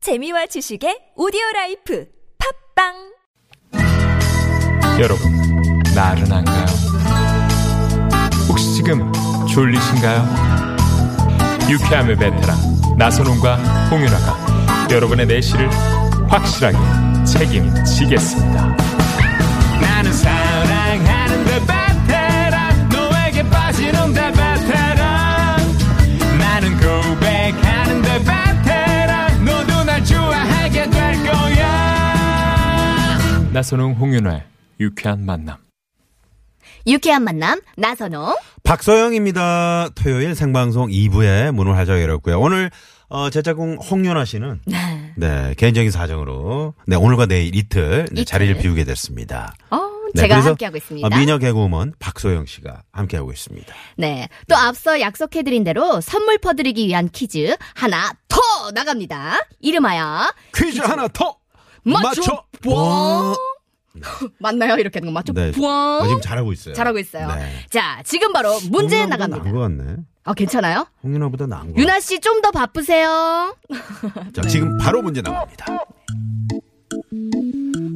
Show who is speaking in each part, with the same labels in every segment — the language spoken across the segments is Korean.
Speaker 1: 재미와 지식의 오디오 라이프 팝빵
Speaker 2: 여러분, 나른한가요? 혹시 지금 졸리신가요? 유쾌함의 베테랑 나선홍과 홍윤아가 여러분의 내실을 확실하게 책임지겠습니다. 나는 사랑하는데 그 베테랑 너에게 빠지는데 베테랑 나는 고백하는데 베테랑 너도 날 좋아하게 될 거야. 나선홍 홍윤아의 유쾌한 만남.
Speaker 3: 유쾌한 만남 나선홍
Speaker 4: 박서영입니다. 토요일 생방송 2부에 문을 활짝 열었고요. 오늘 어, 제 짝꿍 홍윤아 씨는 네 개인적인 사정으로 네 오늘과 내일 이틀, 네,
Speaker 3: 이틀.
Speaker 4: 자리를 비우게 됐습니다.
Speaker 3: 어,
Speaker 4: 네,
Speaker 3: 제가
Speaker 4: 그래서,
Speaker 3: 함께하고 있습니다.
Speaker 4: 어, 미녀 개그우먼 박소영 씨가 함께하고 있습니다.
Speaker 3: 네. 또 앞서 약속해드린 대로 선물 퍼드리기 위한 퀴즈 하나 더 나갑니다. 이름하여
Speaker 4: 퀴즈 하나 더
Speaker 3: 맞춰 뽕.
Speaker 4: 뽕.
Speaker 3: 맞나요? 이렇게 하는 거 맞죠?
Speaker 4: 어. 네,
Speaker 3: 뽕.
Speaker 4: 어, 지금 잘하고 있어요.
Speaker 3: 잘하고 있어요.
Speaker 4: 네.
Speaker 3: 자, 지금 바로 문제
Speaker 4: 홍윤아보다
Speaker 3: 나갑니다.
Speaker 4: 나은 것 같네.
Speaker 3: 아, 괜찮아요?
Speaker 4: 어. 홍윤아보다 나은 것
Speaker 3: 유나 씨 좀 더 바쁘세요.
Speaker 4: 자, 지금 바로 문제 나갑니다.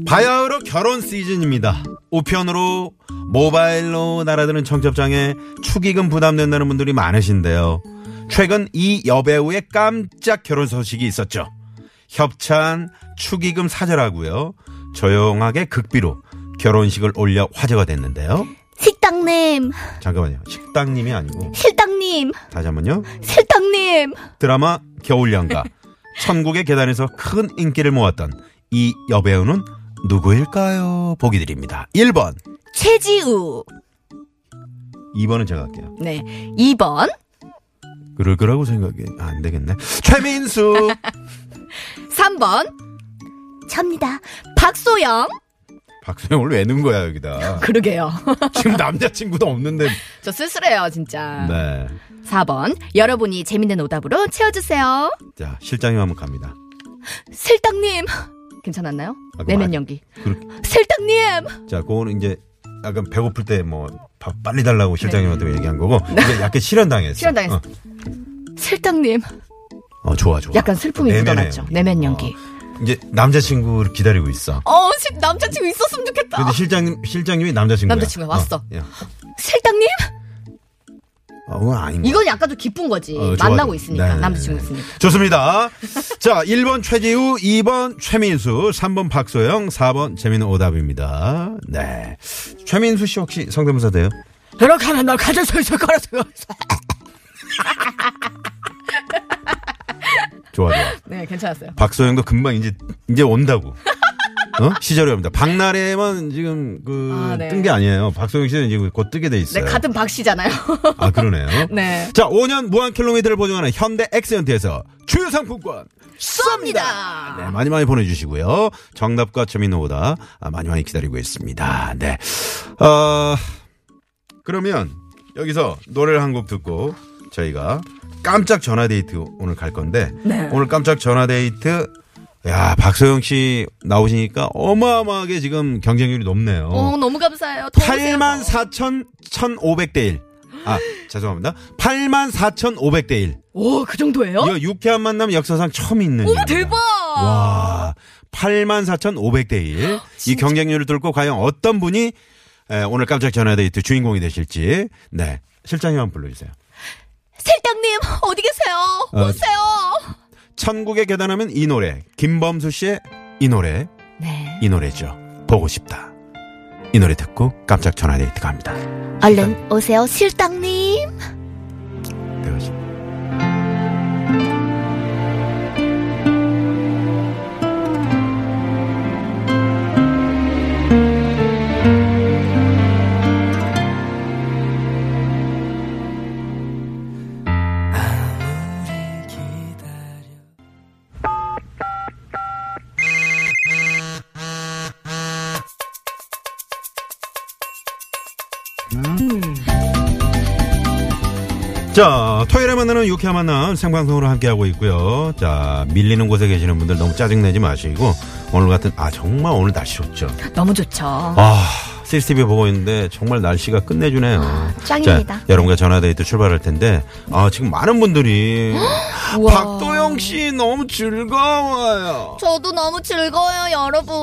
Speaker 4: 바야흐로 결혼 시즌입니다. 우편으로 모바일로 날아드는 청첩장에 축의금 부담된다는 분들이 많으신데요. 최근 이 여배우의 깜짝 결혼 소식이 있었죠. 협찬, 축의금 사절하고요. 조용하게 극비로 결혼식을 올려 화제가 됐는데요.
Speaker 3: 식당님,
Speaker 4: 잠깐만요. 식당님이 아니고
Speaker 3: 실당님,
Speaker 4: 다시 한번요.
Speaker 3: 실당님.
Speaker 4: 드라마 겨울연가 천국의 계단에서 큰 인기를 모았던 이 여배우는 누구일까요? 보기 드립니다. 1번,
Speaker 3: 최지우.
Speaker 4: 2번은 제가 할게요.
Speaker 3: 네. 2번.
Speaker 4: 그럴 거라고 생각이 아, 안 되겠네. 최민수,
Speaker 3: 3번. 접니다. 박소영.
Speaker 4: 박수영을 왜 넣은 거야 여기다?
Speaker 3: 그러게요.
Speaker 4: 지금 남자친구도 없는데.
Speaker 3: 저 쓸쓸해요, 진짜.
Speaker 4: 네,
Speaker 3: 4번 여러분이 재밌는 오답으로 채워주세요.
Speaker 4: 자 실장님 한번 갑니다.
Speaker 3: 슬떡님 괜찮았나요?
Speaker 4: 아, 그럼
Speaker 3: 내면
Speaker 4: 아직-
Speaker 3: 연기.
Speaker 4: 그렇게.
Speaker 3: 슬떡님
Speaker 4: 자, 그거는 이제 약간 배고플 때 뭐 밥 빨리 달라고 실장님한테 얘기한 거고 이제 약간 실현당했어.
Speaker 3: 네. 실현당했어.
Speaker 4: 어,
Speaker 3: 슬떡님
Speaker 4: 어, 좋아 좋아.
Speaker 3: 약간 슬픔이
Speaker 4: 내면의
Speaker 3: 묻어났죠.
Speaker 4: 연기.
Speaker 3: 내면 연기.
Speaker 4: 어, 이제 남자친구를 기다리고 있어.
Speaker 3: 어, 시- 남자친구 있었으면 좋겠다.
Speaker 4: 근데 실장님 실장님이 남자친구야.
Speaker 3: 어. 남자친구야, 왔어.
Speaker 4: 예.
Speaker 3: 슬떡님
Speaker 4: 어, 그건 아닌 거.
Speaker 3: 이건 약간 좀 기쁜 거지.
Speaker 4: 어, 좋아,
Speaker 3: 만나고
Speaker 4: 좋아.
Speaker 3: 있으니까
Speaker 4: 네네네.
Speaker 3: 남자친구 있으니까.
Speaker 4: 좋습니다. 자, 1번 최지우, 2번 최민수, 3번 박소영, 4번 재미는 오답입니다. 네. 최민수 씨 혹시 성대모사 돼요?
Speaker 3: 그렇게 하면 널 가질 수 있을 거라 생각했어.
Speaker 4: 좋아, 좋아.
Speaker 3: 네, 괜찮았어요.
Speaker 4: 박소영도 금방 이제, 이제 온다고. 어? 시절이 옵니다. 박나래만 지금 그,
Speaker 3: 아, 네.
Speaker 4: 뜬 게 아니에요. 박소영 씨는 이제 곧 뜨게 돼
Speaker 3: 네,
Speaker 4: 있어요.
Speaker 3: 같은 박 씨잖아요.
Speaker 4: 아, 그러네요.
Speaker 3: 네.
Speaker 4: 자, 5년 무한 킬로미터를 보증하는 현대 엑센트에서 주요 상품권 쏩니다. 네, 많이 많이 보내주시고요. 정답과 재미노보다 많이 많이 기다리고 있습니다. 네. 어, 그러면 여기서 노래를 한 곡 듣고 저희가 깜짝 전화데이트 오늘 갈 건데
Speaker 3: 네.
Speaker 4: 오늘 깜짝 전화데이트 야 박소영 씨 나오시니까 어마어마하게 지금 경쟁률이 높네요.
Speaker 3: 어, 너무 감사해요. 더 오세요.
Speaker 4: 8만 4천 1,500대 1. 아, 죄송합니다. 8만 4,500대 1.
Speaker 3: 오, 그 정도예요?
Speaker 4: 이거 유쾌한 만남 역사상 처음 있는.
Speaker 3: 오,
Speaker 4: 일입니다.
Speaker 3: 대박.
Speaker 4: 와. 8만 4,500대 1. 이 경쟁률을 뚫고 과연 어떤 분이 에, 오늘 깜짝 전화데이트 주인공이 되실지. 네. 실장님 한번 불러주세요.
Speaker 3: 슬떡님 어디 계세요?
Speaker 4: 어.
Speaker 3: 오세요.
Speaker 4: 천국의 계단하면 이 노래. 김범수 씨의 이 노래.
Speaker 3: 네.
Speaker 4: 이 노래죠. 보고 싶다. 이 노래 듣고 깜짝 전화데이트 갑니다.
Speaker 3: 얼른 오세요, 실당님.
Speaker 4: 들어가시죠. 자, 토요일에 만나는 유쾌한 만남 생방송으로 함께하고 있고요. 자, 밀리는 곳에 계시는 분들 너무 짜증내지 마시고, 오늘 같은, 아, 정말 오늘 날씨 좋죠.
Speaker 3: 너무 좋죠.
Speaker 4: 아, CCTV 보고 있는데 정말 날씨가 끝내주네요.
Speaker 3: 아, 짱입니다.
Speaker 4: 자, 여러분과 전화데이트 출발할 텐데, 아, 지금 많은 분들이,
Speaker 3: 우와.
Speaker 4: 박도영 씨 너무 즐거워요.
Speaker 3: 저도 너무 즐거워요, 여러분.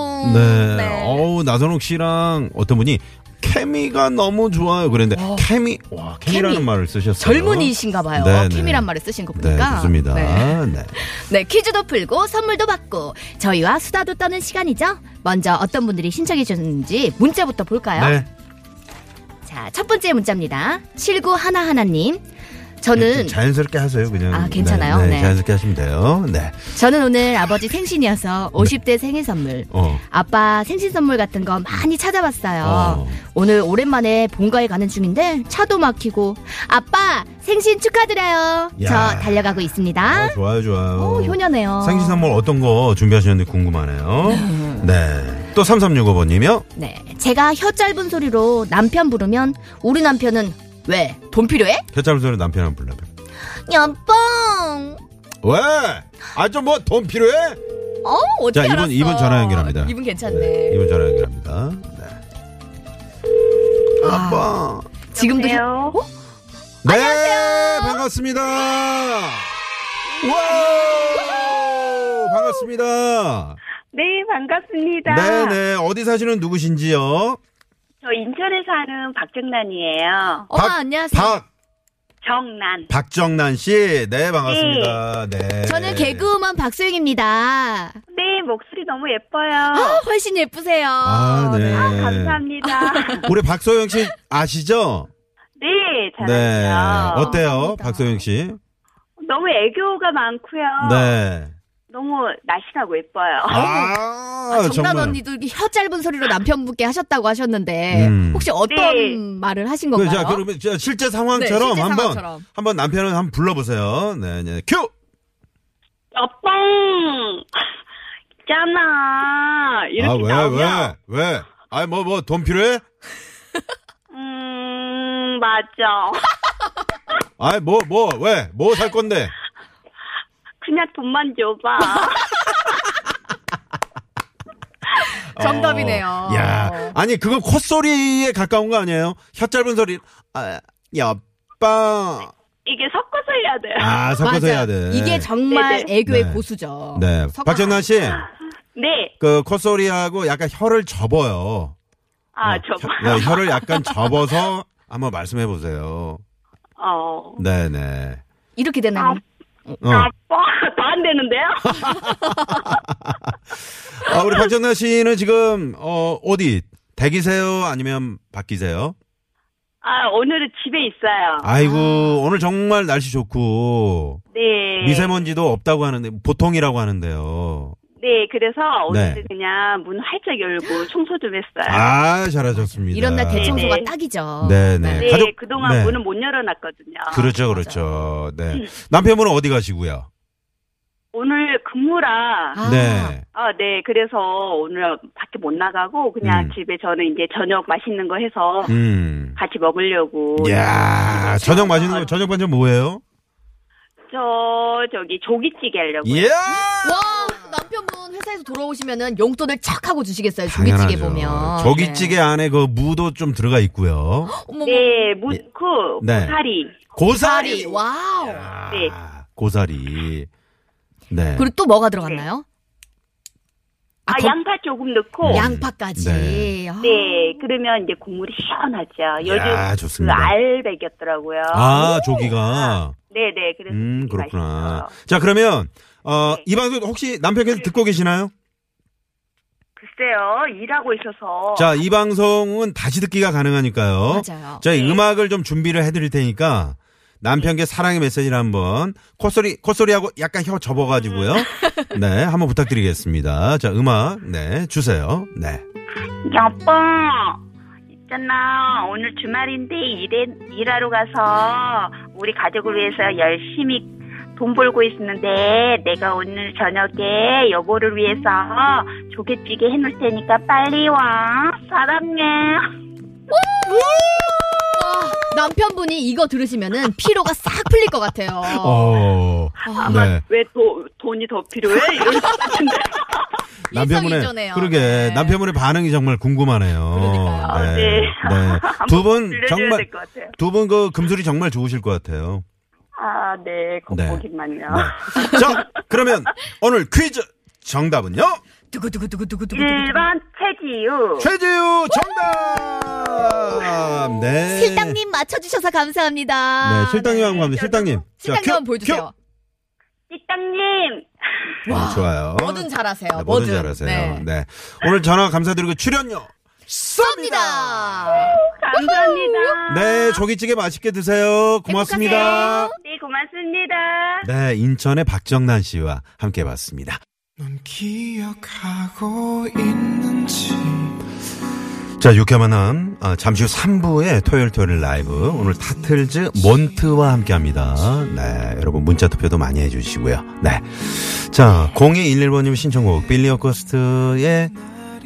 Speaker 4: 네. 어우, 나선옥 씨랑 어떤 분이 케미가 너무 좋아요. 그랬는데, 케미, 와, 케미라는
Speaker 3: 어. 케미.
Speaker 4: 말을 쓰셨어요.
Speaker 3: 젊은이신가 봐요.
Speaker 4: 네, 네.
Speaker 3: 케미란 말을 쓰신 거
Speaker 4: 네,
Speaker 3: 보니까.
Speaker 4: 좋습니다.
Speaker 3: 네.
Speaker 4: 네.
Speaker 3: 네, 퀴즈도 풀고 선물도 받고 저희와 수다도 떠는 시간이죠. 먼저 어떤 분들이 신청해 주셨는지 문자부터 볼까요?
Speaker 4: 네.
Speaker 3: 자, 첫 번째 문자입니다. 7911님. 저는
Speaker 4: 네, 좀 자연스럽게 하세요, 그냥.
Speaker 3: 아, 괜찮아요?
Speaker 4: 네, 네,
Speaker 3: 네.
Speaker 4: 자연스럽게 하시면 돼요. 네.
Speaker 3: 저는 오늘 아버지 생신이어서 50대 생일 선물.
Speaker 4: 어.
Speaker 3: 아빠 생신 선물 같은 거 많이 찾아봤어요.
Speaker 4: 어.
Speaker 3: 오늘 오랜만에 본가에 가는 중인데 차도 막히고 아빠 생신 축하드려요.
Speaker 4: 야.
Speaker 3: 저 달려가고 있습니다.
Speaker 4: 어, 좋아요, 좋아요.
Speaker 3: 오, 효녀네요.
Speaker 4: 생신 선물 어떤 거 준비하셨는지 궁금하네요. 네. 또 3365번님이요?
Speaker 3: 네, 제가 혀 짧은 소리로 남편 부르면 우리 남편은 왜 돈 필요해?
Speaker 4: 혀짧은 소리 남편한테 불러요.
Speaker 3: 여뻥.
Speaker 4: 왜? 아, 좀 뭐 돈 필요해?
Speaker 3: 어, 어떻게
Speaker 4: 자, 이분-
Speaker 3: 알았어?
Speaker 4: 이분 전화 연결합니다.
Speaker 3: 이분 괜찮네.
Speaker 4: 네. 이분 전화 연결합니다. 네. 아빠.
Speaker 3: 지금도 혀-
Speaker 5: 여보세요?
Speaker 3: 어?
Speaker 4: 네, 안녕하세요. 반갑습니다.
Speaker 3: 네.
Speaker 4: 와! 반갑습니다.
Speaker 5: 네, 반갑습니다.
Speaker 4: 네, 네. 어디 사시는 누구신지요?
Speaker 5: 저 인천에 사는 박정란이에요.
Speaker 3: 엄마
Speaker 4: 박-
Speaker 3: 어, 안녕하세요.
Speaker 4: 박
Speaker 5: 정란.
Speaker 4: 박정난 씨. 네, 반갑습니다. 네.
Speaker 3: 저는 개그우먼 박소영입니다.
Speaker 5: 네, 목소리 너무 예뻐요.
Speaker 3: 아, 훨씬 예쁘세요.
Speaker 4: 아, 네.
Speaker 5: 아, 감사합니다.
Speaker 4: 우리 박소영 씨 아시죠?
Speaker 5: 네, 잘하죠.
Speaker 4: 네. 어때요?
Speaker 3: 감사합니다.
Speaker 4: 박소영 씨?
Speaker 5: 너무 애교가 많고요.
Speaker 4: 네.
Speaker 5: 너무 날씬하고 예뻐요.
Speaker 4: 아,
Speaker 3: 정란 언니도 이렇게 혀 짧은 소리로 남편분께 하셨다고 하셨는데
Speaker 4: 음.
Speaker 3: 혹시 어떤
Speaker 5: 네.
Speaker 3: 말을 하신
Speaker 4: 그,
Speaker 3: 건가요?
Speaker 4: 자, 그러면 자, 실제 상황처럼
Speaker 3: 실제
Speaker 4: 한번
Speaker 3: 상황처럼.
Speaker 4: 한번 남편을 한번 불러보세요. 네, 네. 큐.
Speaker 5: 여뻥! 있잖아. 이렇게
Speaker 4: 아, 왜,
Speaker 5: 나오면
Speaker 4: 왜, 왜? 아, 뭐, 뭐, 돈 필요해?
Speaker 5: 음, 맞아.
Speaker 4: 아, 뭐, 뭐, 왜? 뭐 살 건데?
Speaker 5: 그냥 돈만 줘봐.
Speaker 3: 정답이네요.
Speaker 4: 어, 야, 아니, 그건 콧소리에 가까운 거 아니에요? 혀 짧은 소리. 아, 여빠.
Speaker 5: 이게 섞어서 해야 돼요.
Speaker 4: 아, 섞어서
Speaker 3: 맞아요.
Speaker 4: 해야 돼.
Speaker 3: 이게 정말
Speaker 5: 네, 네.
Speaker 3: 애교의
Speaker 4: 네.
Speaker 3: 고수죠.
Speaker 4: 네.
Speaker 3: 섞어-
Speaker 4: 박정난 씨,
Speaker 5: 네.
Speaker 4: 그 콧소리하고 약간 혀를 접어요.
Speaker 5: 아,
Speaker 4: 어, 혀,
Speaker 5: 저,
Speaker 4: 네, 혀를 약간 접어서 한번 말씀해 보세요.
Speaker 5: 어.
Speaker 4: 네네.
Speaker 3: 이렇게 되나요?
Speaker 4: 어.
Speaker 5: 아빠, 다 안 되는데요?
Speaker 4: 아, 우리 박정나 씨는 지금 어 어디 댁이세요? 아니면 밖이세요?
Speaker 5: 아, 오늘은 집에 있어요.
Speaker 4: 아이고 오늘 정말 날씨 좋고
Speaker 5: 네.
Speaker 4: 미세먼지도 없다고 하는데 보통이라고 하는데요.
Speaker 5: 네, 그래서 오늘
Speaker 4: 네.
Speaker 5: 그냥 문 활짝 열고 청소 좀 했어요.
Speaker 4: 아 잘하셨습니다.
Speaker 3: 이런 날 대청소가
Speaker 5: 네.
Speaker 3: 딱이죠.
Speaker 4: 네네.
Speaker 5: 네,
Speaker 4: 가족-
Speaker 5: 그동안
Speaker 4: 네.
Speaker 5: 문은 못 열어놨거든요.
Speaker 4: 그렇죠 그렇죠.
Speaker 5: 음.
Speaker 4: 네 남편분은 어디 가시고요?
Speaker 5: 오늘 근무라.
Speaker 3: 아,
Speaker 4: 네.
Speaker 5: 아, 네, 그래서 오늘 밖에 못 나가고 그냥
Speaker 4: 음.
Speaker 5: 집에 저는 이제 저녁 맛있는 거 해서
Speaker 4: 음. 예.
Speaker 5: 같이 먹으려고. 뭐,
Speaker 4: 야 저녁 맛있는
Speaker 5: 아.
Speaker 4: 거 저녁 반찬 뭐예요?
Speaker 5: 저, 저기 조기찌개 하려고.
Speaker 4: 예.
Speaker 3: 와 남편분 회사에서 돌아오시면은 용돈을 착 하고 주시겠어요. 조기찌개
Speaker 4: 당연하죠.
Speaker 3: 보면.
Speaker 4: 조기찌개 안에 그 무도 좀 들어가 있고요.
Speaker 3: 네. 어머,
Speaker 5: 네, 무크,
Speaker 4: 네.
Speaker 5: 고사리.
Speaker 4: 고사리.
Speaker 3: 다리. 와우.
Speaker 4: 아,
Speaker 5: 네.
Speaker 4: 고사리. 네.
Speaker 3: 그리고 또 뭐가 들어갔나요?
Speaker 5: 아,
Speaker 3: 거-
Speaker 5: 양파 조금 넣고.
Speaker 4: 양-
Speaker 3: 양파까지.
Speaker 4: 네.
Speaker 3: 아,
Speaker 5: 네, 그러면 이제 국물이 시원하죠. 요즘
Speaker 4: 야,
Speaker 5: 그
Speaker 4: 좋습니다.
Speaker 5: 알 베겼더라고요.
Speaker 4: 아, 조기가.
Speaker 5: 네네, 그래서.
Speaker 4: 음,
Speaker 5: 되게
Speaker 4: 그렇구나.
Speaker 3: 네.
Speaker 5: 맛있어요.
Speaker 4: 자, 그러면, 어, 이 방송 혹시 남편께서 듣고 계시나요?
Speaker 5: 글쎄요, 일하고 있어서.
Speaker 4: 자, 이 방송은 다시 듣기가 가능하니까요.
Speaker 3: 맞아요.
Speaker 4: 자, 이 음악을 좀 준비를 해드릴 테니까 남편께 사랑의 메시지를 한번 콧소리, 콧소리하고 약간 혀 접어가지고요. 네, 한번 부탁드리겠습니다. 자, 음악, 네, 주세요. 네.
Speaker 5: 여보, 있잖아. 오늘 주말인데 일해, 일하러 가서 우리 가족을 위해서 열심히 돈 벌고 있었는데 내가 오늘 저녁에 여보를 위해서 조개찌개 해놓을 테니까 빨리 와. 사랑해.
Speaker 3: 아, 남편분이 이거 들으시면은 피로가 싹 풀릴 것 같아요.
Speaker 4: 어. 네.
Speaker 5: 왜 돈 돈이 더 필요해? 이런 것 같은데.
Speaker 4: 남편분의
Speaker 3: 일석이조네요.
Speaker 4: 그러게
Speaker 3: 네.
Speaker 4: 남편분의 반응이 정말 궁금하네요.
Speaker 5: 아,
Speaker 4: 네.
Speaker 5: 네.
Speaker 4: 네.
Speaker 5: 한번
Speaker 4: 두 분
Speaker 5: 들려줘야
Speaker 4: 정말
Speaker 5: 될것 같아요.
Speaker 4: 두 분 그 금술이 정말 좋으실 것 같아요.
Speaker 5: 아, 네. 겉보기만요.
Speaker 4: 네. 자, 그러면 오늘 퀴즈 정답은요?
Speaker 3: 두구두구두구두구두구.
Speaker 5: 1번 최지우.
Speaker 4: 최재우 정답. 네.
Speaker 3: 실당님 맞춰주셔서 감사합니다.
Speaker 4: 네, 실당님 한번 갑니다. 실당님. 자,
Speaker 3: 실당님 한번
Speaker 4: 큐,
Speaker 3: 보여주세요.
Speaker 5: 띠땅님.
Speaker 4: 큐. 네, 좋아요.
Speaker 3: 뭐든 잘하세요.
Speaker 4: 네, 뭐든
Speaker 3: 뭐든.
Speaker 4: 잘하세요.
Speaker 3: 네.
Speaker 4: 네. 오늘 전화 감사드리고 출연료 쏩니다.
Speaker 3: 감사합니다.
Speaker 5: 감사합니다.
Speaker 3: 아.
Speaker 4: 네, 조기찌개 맛있게 드세요. 고맙습니다.
Speaker 5: 네, 고맙습니다.
Speaker 4: 네, 인천의 박정난 씨와 함께 봤습니다.
Speaker 6: 넌 기억하고 있는지
Speaker 4: 자, 육회 만남. 아, 잠시 후 3부의 토요일 토요일 라이브. 오늘 타틀즈 몬트와 함께 합니다. 네, 여러분 문자 투표도 많이 해주시고요. 네. 자, 0211번님 신청곡 빌리 어거스트의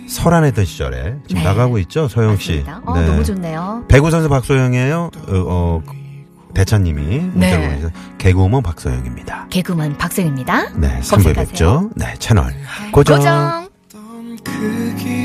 Speaker 4: 설안했던 시절에 지금
Speaker 3: 네.
Speaker 4: 나가고 있죠, 서영 씨.
Speaker 3: 맞습니다. 어, 너무 좋네요.
Speaker 4: 배구 선수 박소영이에요. 어, 어, 대차님이 문자를
Speaker 3: 네.
Speaker 4: 보내서 개그우먼 박소영입니다.
Speaker 3: 개그맨 박생입니다.
Speaker 4: 네, 3부에
Speaker 3: 검색하세요.
Speaker 4: 뵙죠. 네, 채널 고정.
Speaker 3: 고정.
Speaker 6: 넌그 기